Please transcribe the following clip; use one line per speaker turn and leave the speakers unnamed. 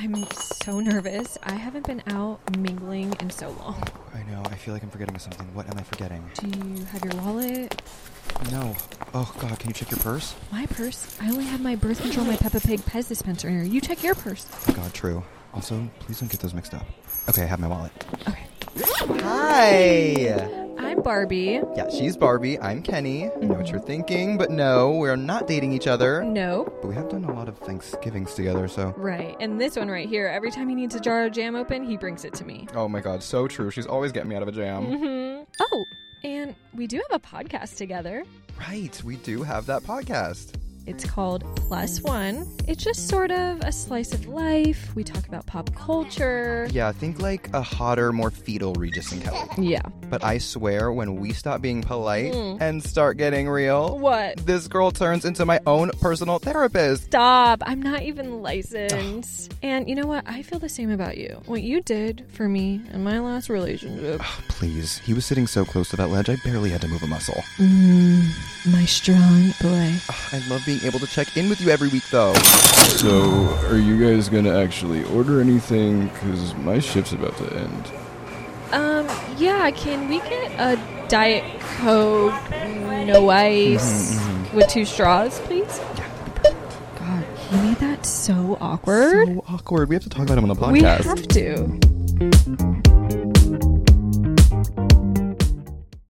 I'm so nervous. I haven't been out mingling in so long.
I know. I feel like I'm forgetting something. What am I forgetting?
Do you have your wallet?
No. Oh God, can you check your purse?
My purse? I only have my birth control, my Peppa Pig Pez dispenser. in here. You check your purse.
Oh God, true. Also, please don't get those mixed up. Okay, I have my wallet.
Okay.
Hi.
I'm Barbie.
Yeah, she's Barbie. I'm Kenny. I know what you're thinking, but no, we're not dating each other.
Nope.
But we have done a lot of Thanksgivings together, so.
Right. And this one right here, every time he needs a jar of jam open, he brings it to me.
Oh my God, so true. She's always getting me out of a jam.
hmm Oh, and we do have a podcast together.
Right, we do have that podcast.
It's called Plus One. It's just sort of a slice of life. We talk about pop culture.
Yeah, think like a hotter, more fetal Regis and Kelly.
Yeah.
But I swear, when we stop being polite and start getting real,
What?
this girl turns into my own personal therapist.
Stop. I'm not even licensed. and you know what? I feel the same about you. What you did for me in my last relationship.
Please, he was sitting so close to that ledge, I barely had to move a muscle.
my strong boy.
I love being able to check in with you every week, though.
So, are you guys gonna actually order anything? Cause my shift's about to end.
Um, yeah, can we get a Diet Coke, no ice, with two straws, please? God, he made that so awkward.
So awkward. We have to talk about him on the
we
podcast.
have to.